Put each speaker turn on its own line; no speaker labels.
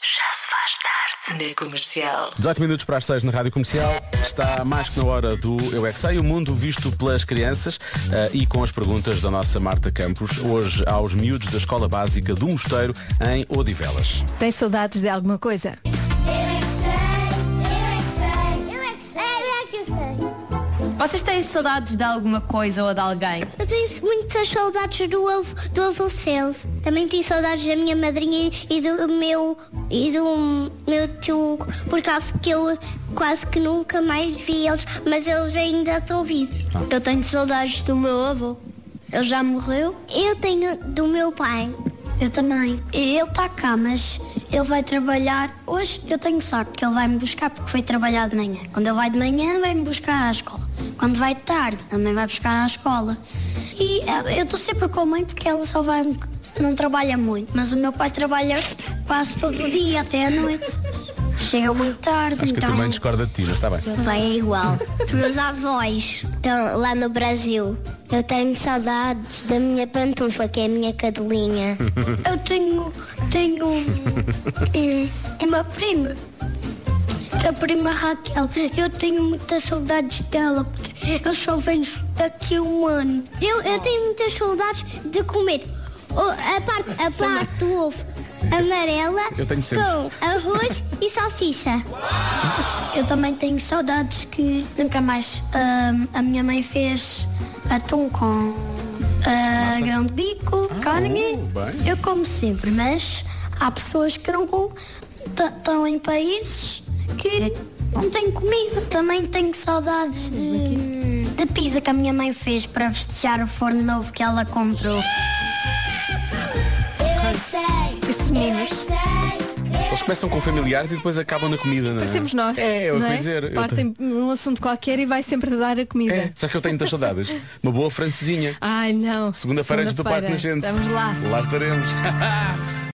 Já se faz tarde na comercial.
18 minutos para as 6 na Rádio Comercial. Está mais que na hora do Eu É Que Sei, o mundo visto pelas crianças eh, e com as perguntas da nossa Marta Campos, hoje aos miúdos da Escola Básica do Mosteiro, em Odivelas.
Tens saudades de alguma coisa?
Eu é que sei, eu é que sei, eu é que sei, eu é que sei.
Vocês têm saudades de alguma coisa ou de alguém?
Eu tenho muitas saudades do avô, do avô Celso. Também tenho saudades da minha madrinha e do meu e do meu tio, por causa que eu quase que nunca mais vi eles, mas eles ainda estão vivos. Eu tenho saudades do meu avô. Ele já morreu? Eu tenho do meu pai. Eu também. Ele está cá, mas ele vai trabalhar. Hoje eu tenho sorte que ele vai me buscar porque foi trabalhar de manhã. Quando ele vai de manhã, vai me buscar à escola. Quando vai de tarde, a mãe vai buscar à escola. E eh, eu estou sempre com a mãe porque ela só vai. não trabalha muito. Mas o meu pai trabalha quase todo o dia, até à noite. Chega muito tarde.
Acho que a tua
então-
mãe discorda de ti, mas está bem.
Bem, é igual. Os meus avós estão lá no Brasil. Eu tenho saudades da minha pantufa, que é a minha cadelinha. Eu tenho, tenho hum, uma prima, que é a prima Raquel. Eu tenho muitas saudades dela, porque eu só vejo daqui a um ano. Eu,
Oh.
eu tenho muitas saudades de comer o- a parte, a parte do ovo amarela
Eu tenho sempre.
com arroz e salsicha. Eu também tenho saudades que nunca mais ahm, a minha mãe fez atum com ah, grão de bico, carne.
bom, Ah, oh, bem.
Eu como sempre, mas há pessoas que não estão em países que
Hum.
não têm comida. Também tenho saudades
Hum,
de, de pizza que a minha mãe fez para festejar o forno novo que ela comprou. Eu sei.
Estes meninos.
Eles começam com familiares e depois acabam na comida, não é?
Parecemos nós.
É, eu
não
vou
é?
dizer. eu
Partem num assunto qualquer e vai sempre dar a
te-
comida.
É, só que eu tenho muitas saudades. Uma boa francesinha.
Ai não.
Segunda-feira antes do Parque
Segunda-feira.
Nascente.
Vamos lá.
Lá estaremos.